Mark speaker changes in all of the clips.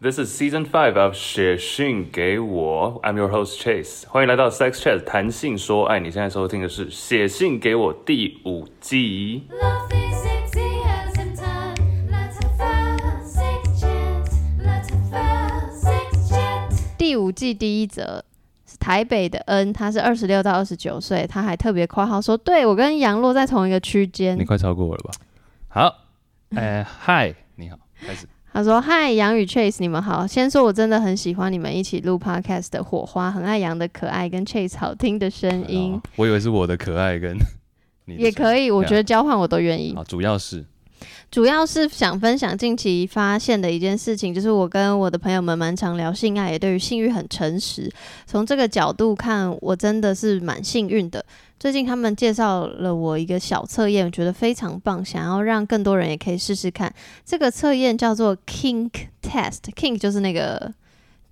Speaker 1: This is season five of 写信给我，I'm your host Chase，欢迎来到 Sex Chat 谈性说爱。你现在收听的是《写信给我》第五季。
Speaker 2: Love is sexy and sometimes let's have fun, sex chat. Let's have fun, sex chat.
Speaker 3: 第五季第一则是台北的恩，他是二十六到二十九岁，他还特别括号说，对我跟杨洛在同一个区间
Speaker 4: 你。快超过我了吧？好，呃，嗨，你好，开始。
Speaker 3: 他说：“嗨，杨宇 Chase，你们好。先说我真的很喜欢你们一起录 Podcast 的火花，很爱杨的可爱跟 Chase 好听的声音
Speaker 4: 好，我以为是我的可爱跟你的
Speaker 3: 也可以，我觉得
Speaker 4: 对
Speaker 3: 交换我都愿意
Speaker 4: 啊，。好主要是
Speaker 3: 主要是想分享近期发现的一件事情，就是我跟我的朋友们蛮常聊性爱，也对于性欲很诚实。从这个角度看，我真的是蛮幸运的。最近他们介绍了我一个小测验，我觉得非常棒，想要让更多人也可以试试看。这个测验叫做 Kink Test，Kink 就是那个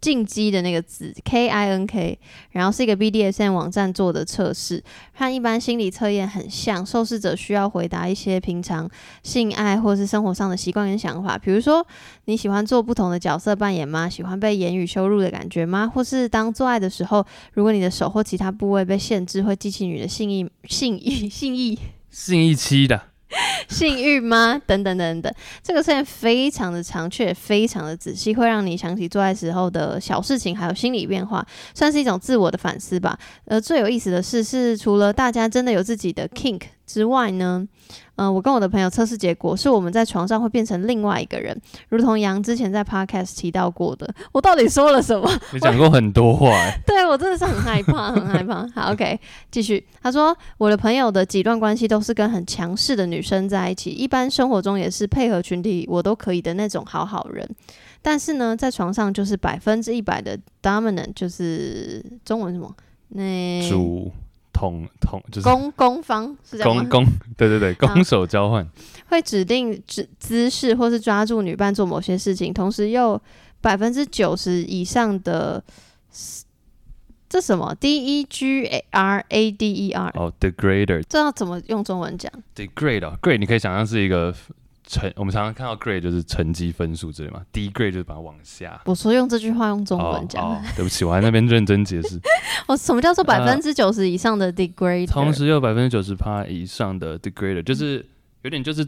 Speaker 3: 进击的那个字 K I N K，然后是一个 BDSM 网站做的测试，和一般心理测验很像。受试者需要回答一些平常性爱或是生活上的习惯跟想法，比如说你喜欢做不同的角色扮演吗？喜欢被言语羞辱的感觉吗？或是当做爱的时候，如果你的手或其他部位被限制，会激起你的性意、性意、性 意、
Speaker 4: 信义期的，
Speaker 3: 性欲吗？等等等等，这个测验非常的长，却也非常的仔细，会让你想起做爱时候的小事情，还有心理变化，算是一种自我的反思吧。呃，最有意思的是，是除了大家真的有自己的 kink 之外呢，嗯、我跟我的朋友测试结果是我们在床上会变成另外一个人，如同杨之前在 podcast 提到过的，我到底说了什么？
Speaker 4: 你讲过很多话、 欸，
Speaker 3: 对我真的是很害怕，很害怕。好，OK，继续。他说，我的朋友的几段关系都是跟很强势的女生在一起，一般生活中也是配合群体我都可以的那种好好人。但是呢，在床上就是百分之一百的 dominant，就是中文是什么？那
Speaker 4: 主统统就是
Speaker 3: 攻攻方是这样吗
Speaker 4: 攻？攻，对对对，
Speaker 3: 好
Speaker 4: 攻守交换，
Speaker 3: 会指定姿姿势或是抓住女伴做某些事情，同时又百分之九十以上的。这什么？D E G A R A D E R
Speaker 4: 哦，degrader
Speaker 3: 这要怎么用中文讲？
Speaker 4: degrade 哦，grade 你可以想象是一个成，我们常常看到 grade 就是成绩分数之类嘛，degrade 就是把它往下。
Speaker 3: 我说用这句话用中文讲，
Speaker 4: 哦哦，对不起，我还在那边认真解释。
Speaker 3: 我什么叫做
Speaker 4: 呃
Speaker 3: 百分之九十以上的 degrade？
Speaker 4: 同时又百分之九十趴以上的 degrader，就是有点就是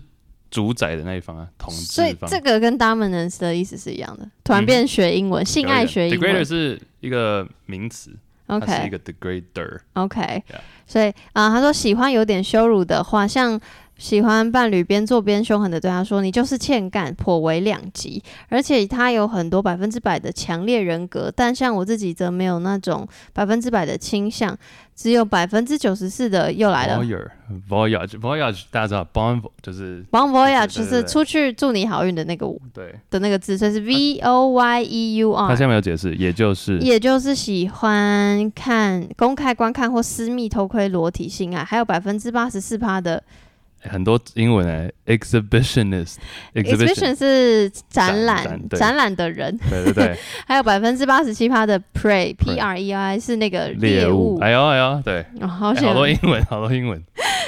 Speaker 4: 主宰的那一方啊，统治
Speaker 3: 所以
Speaker 4: 方。
Speaker 3: 这个跟 dominance 的意思是一样的，突然变学英文，性爱学英
Speaker 4: degrader
Speaker 3: 文。
Speaker 4: 是一个名词，它
Speaker 3: OK，
Speaker 4: 是一个 degrader。
Speaker 3: OK，、所以啊、他说喜欢有点羞辱的话，像喜欢伴侣边做边凶狠的对他说：“你就是欠干，颇为两极。”而且他有很多百分之百的强烈人格，但像我自己则没有那种百分之百的倾向，只有百分之九十四的又来了。
Speaker 4: voyage，voyage，voyage，大家知道 bon vo- 就是
Speaker 3: Bon voyage 就
Speaker 4: 对对
Speaker 3: 是
Speaker 4: 对
Speaker 3: 出去祝你好运的那个
Speaker 4: 对，
Speaker 3: 的那个字，所以是 V O Y E U
Speaker 4: 他
Speaker 3: R，
Speaker 4: 下面有解释，也就是
Speaker 3: 也就是喜欢看公开观看或私密偷窥裸体性爱，还有百分之八十四趴的
Speaker 4: 很多英文哎，exhibitionist，exhibition，
Speaker 3: exhibition 是展
Speaker 4: 展
Speaker 3: 览
Speaker 4: 对
Speaker 3: 展览的人，
Speaker 4: 对 对对，
Speaker 3: 还有百分之八十七趴的 prey P
Speaker 4: Prey
Speaker 3: R E I 是那个
Speaker 4: 猎
Speaker 3: 猎
Speaker 4: 物，哎呦哎呦，对，
Speaker 3: 哦，好
Speaker 4: 哎
Speaker 3: 险
Speaker 4: 好多英文，好多英文，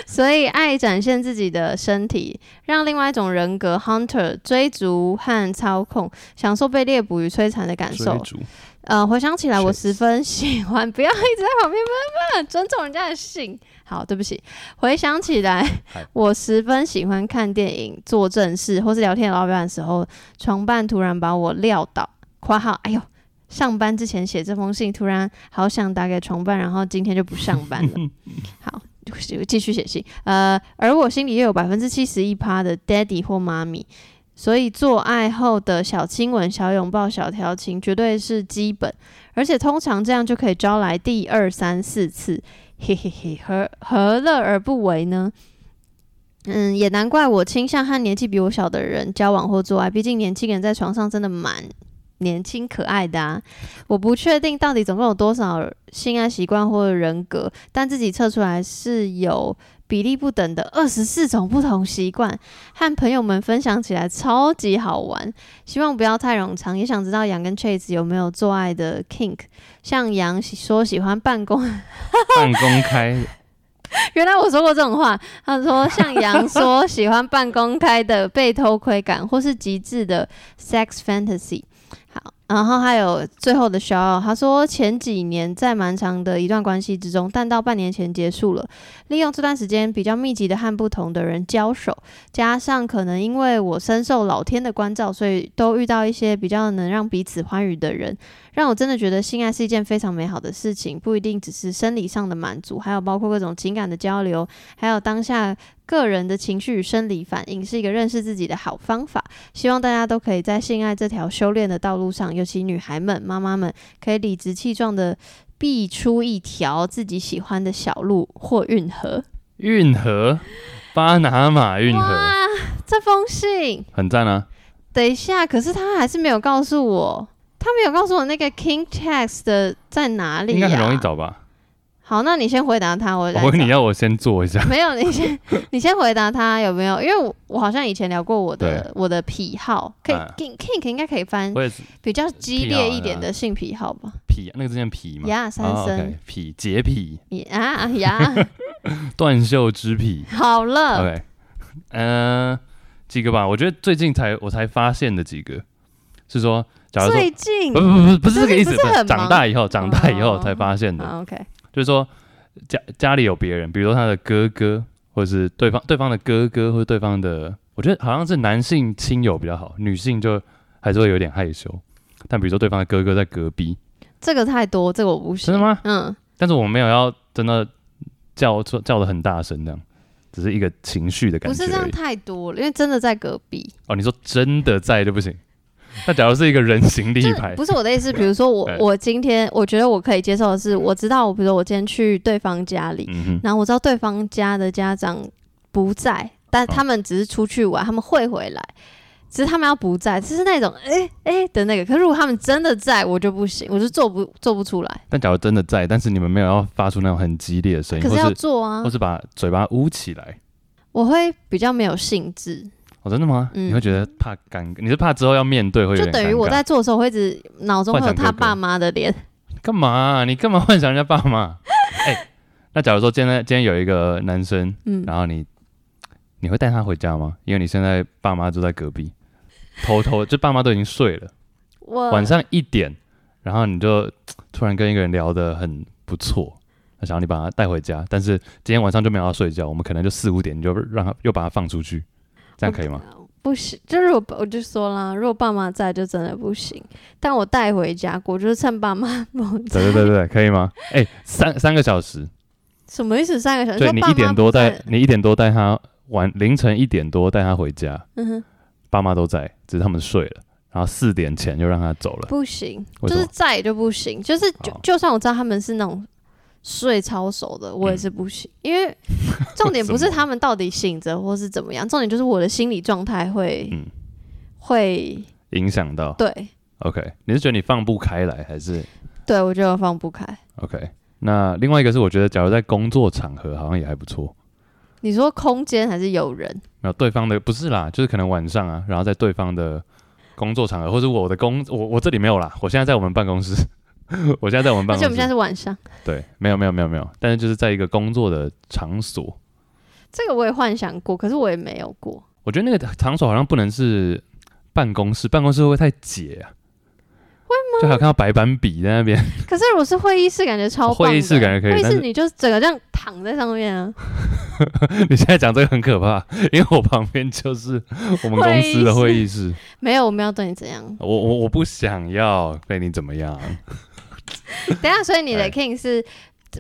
Speaker 3: 所以，爱展现自己的身体，让另外一种人格 hunter 追逐和操控，享受被猎捕与摧残的感
Speaker 4: 追
Speaker 3: 受。
Speaker 4: 逐，
Speaker 3: 呃，回想起来，我
Speaker 4: 确实
Speaker 3: 十分喜欢，不要一直在旁边慢慢尊重人家的性。好，对不起，回想起来
Speaker 4: 嗨，
Speaker 3: 我十分喜欢看电影、做正事或是聊天老板的时候，床伴突然把我撂倒。（括号哎呦，上班之前写这封信，突然好想打给床伴，然后今天就不上班 了。）好。继续写信，呃，而我心里又有百分之七十一趴的 daddy 或妈咪，所以做爱后的小亲吻、小拥抱、小调情绝对是基本，而且通常这样就可以招来第二、三、四次，嘿嘿嘿，何何乐而不为呢？嗯，也难怪我倾向和年纪比我小的人交往或做爱，毕竟年轻人在床上真的蛮年轻可爱的啊。我不确定到底总共有多少性爱习惯或人格，但自己测出来是有比例不等的二十四种不同习惯，和朋友们分享起来超级好玩。希望不要太冗长，也想知道杨跟 Chase 有没有做爱的 kink。像杨说喜欢办公，
Speaker 4: 半公开，
Speaker 3: 原来我说过这种话。他说像杨说喜欢半公开的被偷窥感，或是极致的 sex fantasy。好，然后还有最后的 shout out，他说前几年在蛮长的一段关系之中，但到半年前结束了，利用这段时间比较密集的和不同的人交手，加上可能因为我深受老天的关照，所以都遇到一些比较能让彼此欢愉的人，让我真的觉得性爱是一件非常美好的事情，不一定只是生理上的满足，还有包括各种情感的交流，还有当下个人的情绪与生理反应，是一个认识自己的好方法。希望大家都可以在性爱这条修炼的道路上，尤其女孩们、妈妈们，可以理直气壮的避出一条自己喜欢的小路或运河。
Speaker 4: 运河，巴拿马运河，
Speaker 3: 哇，这封信，
Speaker 4: 很赞啊！
Speaker 3: 等一下，可是他还是没有告诉我，他没有告诉我那个 King Text 的在哪里、呀啊
Speaker 4: 应该很容易。找吧？
Speaker 3: 好，那你先回答他，我来
Speaker 4: 我
Speaker 3: 找
Speaker 4: 问你要啊我先做一下，
Speaker 3: 没有，你先 你先回答他有没有？因为我我好像以前聊过我的我的癖好，可以、
Speaker 4: 嗯
Speaker 3: King King 应该可以翻
Speaker 4: 我也是
Speaker 3: 比较激烈一点
Speaker 4: 癖好
Speaker 3: 的性癖好吧？
Speaker 4: 痞，那个之前痞嘛，
Speaker 3: 呀，三
Speaker 4: 哦
Speaker 3: 生
Speaker 4: OK，痞洁癖，
Speaker 3: 你啊呀，
Speaker 4: 断袖之癖。
Speaker 3: 好了，
Speaker 4: OK，呃，几个吧，我觉得最近才我才发现的几个，是说，假如说
Speaker 3: 最近
Speaker 4: 不不不不是这个意思，
Speaker 3: 最近不是很忙
Speaker 4: 长大以后，长大以后
Speaker 3: 哦
Speaker 4: 才发现的，
Speaker 3: 好 OK，
Speaker 4: 就是说家家里有别人，比如说他的哥哥，或者是对方对方的哥哥，或者对方的，我觉得好像是男性亲友比较好，女性就还是会有点害羞。但比如说对方的哥哥在隔壁，
Speaker 3: 这个太多，这个我不行。
Speaker 4: 真的吗？
Speaker 3: 嗯，
Speaker 4: 但是我没有要真的叫出叫的很大声这样，只是一个情绪的感
Speaker 3: 不
Speaker 4: 觉
Speaker 3: 是这
Speaker 4: 而
Speaker 3: 样
Speaker 4: 已。
Speaker 3: 太多了，因为真的在隔壁。
Speaker 4: 哦，你说真的在就不行。那假如是一个人形立
Speaker 3: 就
Speaker 4: 牌，
Speaker 3: 不是我的意思，比如说我
Speaker 4: 哎
Speaker 3: 我今天我觉得我可以接受的是，我知道，我比如说我今天去对方家里，
Speaker 4: 嗯哼，
Speaker 3: 然后我知道对方家的家长不在，但他们只是出去玩，他们会回来，只是他们要不在，只是那种哎哎、的那个。可是如果他们真的在，我就不行，我就做不做不出来。
Speaker 4: 但假如真的在，但是你们没有要发出那种很激烈的声音，
Speaker 3: 可
Speaker 4: 或
Speaker 3: 是要
Speaker 4: 是
Speaker 3: 做啊
Speaker 4: 或，是把嘴巴捂起来，
Speaker 3: 我会比较没有兴致，
Speaker 4: 哦，真的吗？
Speaker 3: 嗯
Speaker 4: 你会觉得怕尴尬，你是怕之后要面对会有
Speaker 3: 就
Speaker 4: 点
Speaker 3: 等于
Speaker 4: 尴
Speaker 3: 我
Speaker 4: 尬
Speaker 3: 在做的时候，会一直脑中会有
Speaker 4: 幻想
Speaker 3: 他
Speaker 4: 哥哥
Speaker 3: 爸妈的脸。
Speaker 4: 干嘛啊、你干嘛幻想人家爸妈？ 哎、那假如说今天今天有一个男生，
Speaker 3: 嗯，
Speaker 4: 然后你你会带他回家吗？因为你现在爸妈就在隔壁，偷偷就爸妈都已经睡了，
Speaker 3: 我
Speaker 4: 晚上一点，然后你就突然跟一个人聊得很不错，那想要你把他带回家，但是今天晚上就没有要睡觉，我们可能就四五点你就让他又把他放出去，这样可以吗？
Speaker 3: 不行，就是我我就说啦，如果爸妈在就真的不行，但我带回家过，就是趁爸妈 不在。
Speaker 4: 对对对对，可以吗？哎、三三个小时，
Speaker 3: 什么意思？三个小时？
Speaker 4: 对
Speaker 3: 说
Speaker 4: 你
Speaker 3: 爸
Speaker 4: 一
Speaker 3: 妈
Speaker 4: 点
Speaker 3: 不
Speaker 4: 多
Speaker 3: 在
Speaker 4: 带你一点多带他晚凌晨一点多带他回家，
Speaker 3: 嗯哼，
Speaker 4: 爸妈都在，只是他们睡了，然后四点前就让他走了，
Speaker 3: 不行，
Speaker 4: 为
Speaker 3: 就
Speaker 4: 什么哦
Speaker 3: 是在就不行，就是就
Speaker 4: 好
Speaker 3: 就算我知道他们是那种睡超熟的，我也
Speaker 4: 嗯
Speaker 3: 是不行，因 为重点不是他们到底醒着或是怎么样，重点就是我的心理状态会、
Speaker 4: 嗯
Speaker 3: 会
Speaker 4: 影响到。
Speaker 3: 对
Speaker 4: OK，你是觉得你放不开来，还是
Speaker 3: 对，我就放不开。
Speaker 4: OK？那另外一个是，我觉得假如在工作场合好像也还不错。
Speaker 3: 你说空间还是有人？
Speaker 4: 没有对方的不是啦，就是可能晚上啊，然后在对方的工作场合，或者我的工，我我这里没有啦，我现在在我们办公室， 我现在在我们
Speaker 3: 而
Speaker 4: 办
Speaker 3: 且我们现
Speaker 4: 公
Speaker 3: 在
Speaker 4: 室，
Speaker 3: 是晚上，
Speaker 4: 对，没有没有没有没有，但是就是在一个工作的场所，
Speaker 3: 这个我也幻想过，可是我也没有过。
Speaker 4: 我觉得那个场所好像不能是办公室，办公室会不会太解啊？会吗？就还有看到白板笔在那边，
Speaker 3: 可是如果是会议室，感觉超
Speaker 4: 哦
Speaker 3: 棒的
Speaker 4: 会议室感觉可以
Speaker 3: 会议
Speaker 4: 但
Speaker 3: 室
Speaker 4: 是
Speaker 3: 你就整个这样躺在上面啊，
Speaker 4: 你现在讲这个很可怕，因为我旁边就是我们公司的会议室，
Speaker 3: 没有，我们要对你怎样？
Speaker 4: 我我我不想要被你怎么样，
Speaker 3: 等一下，所以你的
Speaker 4: 哎
Speaker 3: king 是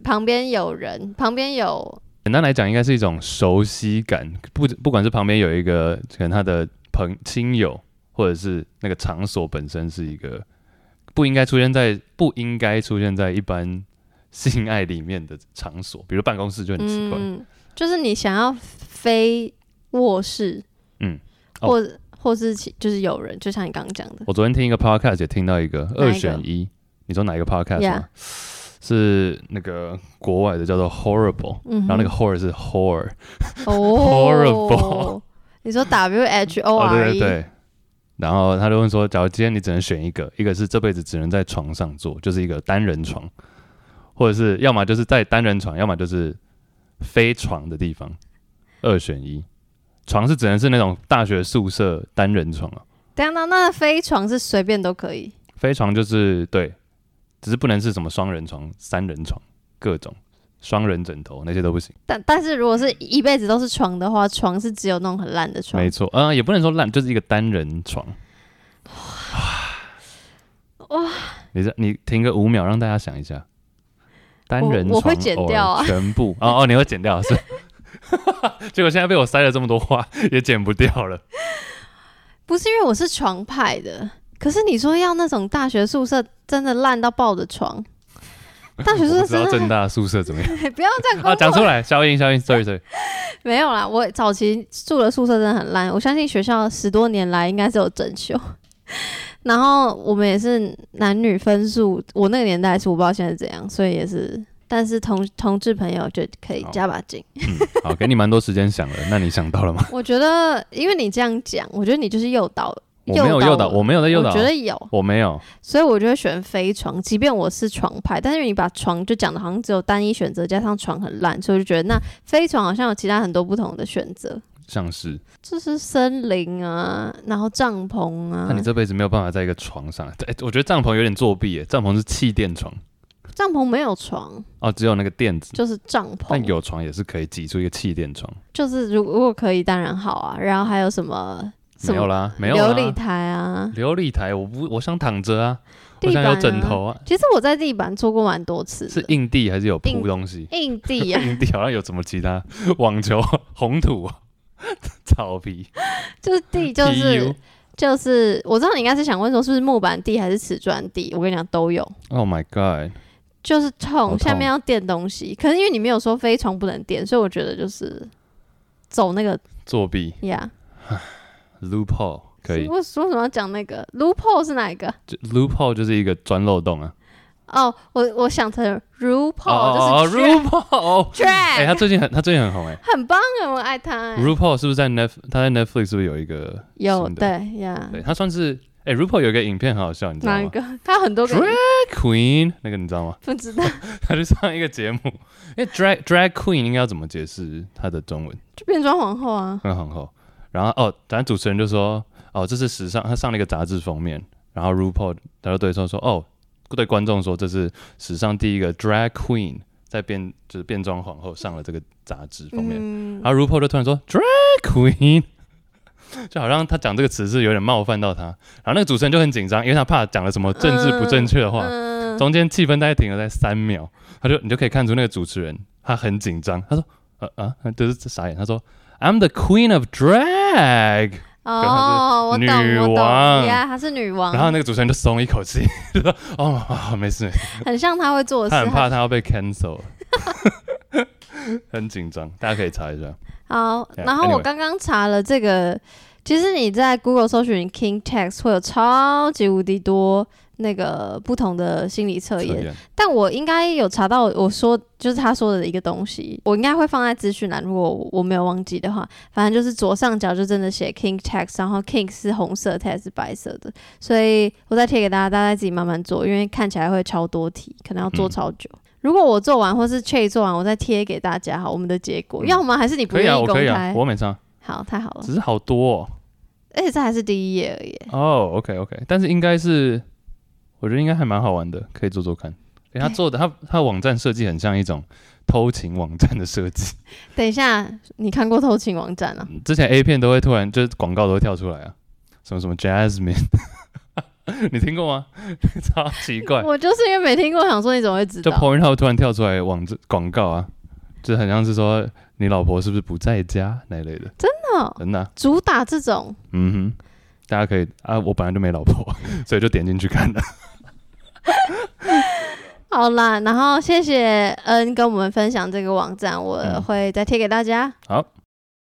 Speaker 3: 旁边有人，旁边有
Speaker 4: 简单来讲，应该是一种熟悉感，不不管是旁边有一个可能他的朋亲友，或者是那个场所本身是一个不应该出现在不应该出现在一般性爱里面的场所，比如办公室就很奇怪。
Speaker 3: 嗯，就是你想要非卧室，
Speaker 4: 嗯哦
Speaker 3: 或或是其就是有人，就像你刚刚讲的，
Speaker 4: 我昨天听一个 podcast 也听到一个
Speaker 3: 哪一个
Speaker 4: 二选一，你说哪一个 podcast 吗是那个国外的叫做 Horrible，、
Speaker 3: 嗯哼
Speaker 4: 然后那个 Horror 是 Horror，
Speaker 3: 哦
Speaker 4: horrible
Speaker 3: 你说 W H O
Speaker 4: 哦，
Speaker 3: R
Speaker 4: 对对
Speaker 3: E，
Speaker 4: 对。然后他就问说，假如今天你只能选一个，一个是这辈子只能在床上做，就是一个单人床，或者是要么就是在单人床，要么就是非床的地方，二选一。床是只能是那种大学宿舍单人床啊，
Speaker 3: 等一下那那飞床是随便都可以，
Speaker 4: 飞床就是对，只是不能是什么双人床、三人床，各种双人枕头那些都不行。
Speaker 3: 但但是如果是一辈子都是床的话，床是只有那种很烂的床
Speaker 4: 没。错，呃，也不能说烂，就是一个单人床。
Speaker 3: 哇！
Speaker 4: 你这你停个五秒，让大家想一下，单人床
Speaker 3: 我会剪掉啊
Speaker 4: 偶尔全部哦哦，你会剪掉是。 结果现在被我塞了这么多话，也剪不掉了。
Speaker 3: 不是因为我是床派的，可是你说要那种大学宿舍真的烂到爆的 床，大学宿舍
Speaker 4: 我不知道
Speaker 3: 真
Speaker 4: 正
Speaker 3: 的
Speaker 4: 大宿舍 怎么样
Speaker 3: 很不要这样
Speaker 4: 啊？
Speaker 3: 跟
Speaker 4: 讲
Speaker 3: 我
Speaker 4: 出来，消音消音，sorry sorry。
Speaker 3: 没有啦，我早期住的宿舍真的很烂，我相信学校十多年来应该是有整修。 然后我们也是男女分数，我那个年代是我不知道现在怎样，所以也是，但是同同志朋友就可以
Speaker 4: 好
Speaker 3: 加把劲。
Speaker 4: 嗯，好，给你蛮多时间想了，那你想到了吗？
Speaker 3: 我觉得，因为你这样讲，我觉得你就是诱导，
Speaker 4: 我没有诱导，
Speaker 3: 我
Speaker 4: 我没有在诱导啊
Speaker 3: 我觉，得有，
Speaker 4: 我没有。
Speaker 3: 所以我就会选飞床，即便我是床派，但是你把床就讲的好像只有单一选择，加上床很烂，所以我就觉得那飞床好像有其他很多不同的选择，
Speaker 4: 像是，
Speaker 3: 就是森林啊，然后帐篷啊
Speaker 4: 那，你这辈子没有办法在一个床上，哎、我觉得帐篷有点作弊耶，帐篷是气垫床
Speaker 3: 帐篷没有床，
Speaker 4: 哦，只有那个垫子，
Speaker 3: 就是帐
Speaker 4: 但
Speaker 3: 篷，
Speaker 4: 有床也是可以挤出一个气垫床，
Speaker 3: 就是如如果可以当然好啊，然后还有什么什
Speaker 4: 没有
Speaker 3: 么
Speaker 4: 啦，没有
Speaker 3: 琉璃
Speaker 4: 啦，
Speaker 3: 台啊，
Speaker 4: 琉璃台，我不，我想躺着啊，我
Speaker 3: 地
Speaker 4: 想
Speaker 3: 板、
Speaker 4: 有
Speaker 3: 啊、
Speaker 4: 枕头啊，
Speaker 3: 其实我在地板做过蛮多次的，
Speaker 4: 是硬地还是有
Speaker 3: 硬
Speaker 4: 铺东西？
Speaker 3: 硬地啊，
Speaker 4: 硬地好像有什么其他网球、红土、草皮、
Speaker 3: 就是地就
Speaker 4: PU
Speaker 3: 是。就是我知道你应该是想问说是不是木板地还是瓷砖地，我跟你讲都有，
Speaker 4: Oh my god！
Speaker 3: 就是痛，
Speaker 4: 好痛
Speaker 3: 下面要垫东西。可是因为你没有说飞床不能垫，所以我觉得就是走那个
Speaker 4: 作弊
Speaker 3: 呀。
Speaker 4: loophole 可以
Speaker 3: 为为什么要讲那个 loophole 是哪一个？
Speaker 4: 就，loophole 就是一个钻漏洞啊。
Speaker 3: 哦，我我想成 RuPaul，
Speaker 4: 哦
Speaker 3: 就是 drag-
Speaker 4: ，loophole，哎， 他
Speaker 3: drag，
Speaker 4: 最近很他最近很红哎。
Speaker 3: 很棒啊，我爱他欸。
Speaker 4: RuPaul 是不是在 Net 他在 Netflix 是不是有一个
Speaker 3: 有
Speaker 4: 新的？
Speaker 3: 对呀，
Speaker 4: 对，他算是哎 RuPaul 有一个影片很好笑，你知道
Speaker 3: 哪一
Speaker 4: 吗
Speaker 3: 个？他很多个
Speaker 4: Drag？Queen 那个你知道吗？
Speaker 3: 不知道，
Speaker 4: 他去上一个节目，因为 drag drag queen 应该要怎么解释它的中文？
Speaker 3: 就变装皇后啊。
Speaker 4: 很很厚。然后哦，咱主持人就说，哦，这是时尚，他上了一个杂志封面，然后 RuPaul 他就对说说，哦，对观众说这是史上第一个 drag queen 在变就是变装皇后上了这个杂志封面，
Speaker 3: 嗯，
Speaker 4: 然后 RuPaul 就突然说 drag queen。就好像他讲这个词是有点冒犯到他，然后那个主持人就很紧张，因为他怕讲了什么政治不正确的话，
Speaker 3: 嗯
Speaker 4: 中间气氛大概停了在三秒，他就你就可以看出那个主持人他很紧张，他说呃啊，就是傻眼，他说 I'm the queen of drag，、
Speaker 3: 哦，我懂，
Speaker 4: 女
Speaker 3: 我懂，
Speaker 4: 王
Speaker 3: 呀，她是女王，
Speaker 4: 然后那个主持人就松一口气， 就说哦啊没事没事，
Speaker 3: 很像她会做的事。
Speaker 4: 他很
Speaker 3: 她
Speaker 4: 怕他要被 cancel，很紧张，大家可以查一下，
Speaker 3: 好，
Speaker 4: Yeah,
Speaker 3: 然后
Speaker 4: anyway
Speaker 3: 我刚刚查了这个，其实你在 Google 搜寻 King Text 会有超级无敌多那个不同的心理测
Speaker 4: 测
Speaker 3: 验，
Speaker 4: 验
Speaker 3: 但我应该有查到我说就是他说的一个东西，我应该会放在资讯栏，如果我没有忘记的话，反正就是左上角就真的写 King Text，然后 King 是红色，Text 是白色的，所以我再贴给大家，大家自己慢慢做，因为看起来会超多题，可能要做
Speaker 4: 嗯
Speaker 3: 超久。如果我做完，或是 Che 做完，我再贴给大家好我们的结果，要么还是你不
Speaker 4: 可
Speaker 3: 愿
Speaker 4: 以啊，
Speaker 3: 意
Speaker 4: 我
Speaker 3: 公
Speaker 4: 可以
Speaker 3: 开
Speaker 4: 啊，。我没上，
Speaker 3: 好，太好了
Speaker 4: 只，是好多哦
Speaker 3: 而且这还是第一页而已。
Speaker 4: 哦，OK OK，但是应该是我觉得应该还蛮好玩的，可以做做看。诶他做的他他网站设计很像一种偷情网站的设计。
Speaker 3: 等一下，你看过偷情网站啊？
Speaker 4: 之前 A 片都会突然就是广告都会跳出来啊，什么什么 Jasmine，你听过吗？ 超奇怪，
Speaker 3: 我就是因为没听过，想说你怎么会知
Speaker 4: 就
Speaker 3: 道？
Speaker 4: Pornhub 突然跳出来网址广告啊，就很像是说你老婆是不是不在家那一类的，
Speaker 3: 哦
Speaker 4: 真的啊、
Speaker 3: 主打这种。
Speaker 4: 嗯哼，大家可以啊，我本来就没老婆， 所以就点进去看了。
Speaker 3: 好啦，然后谢谢恩跟我们分享这个网站，我
Speaker 4: 嗯
Speaker 3: 会再贴给大家。
Speaker 4: 好，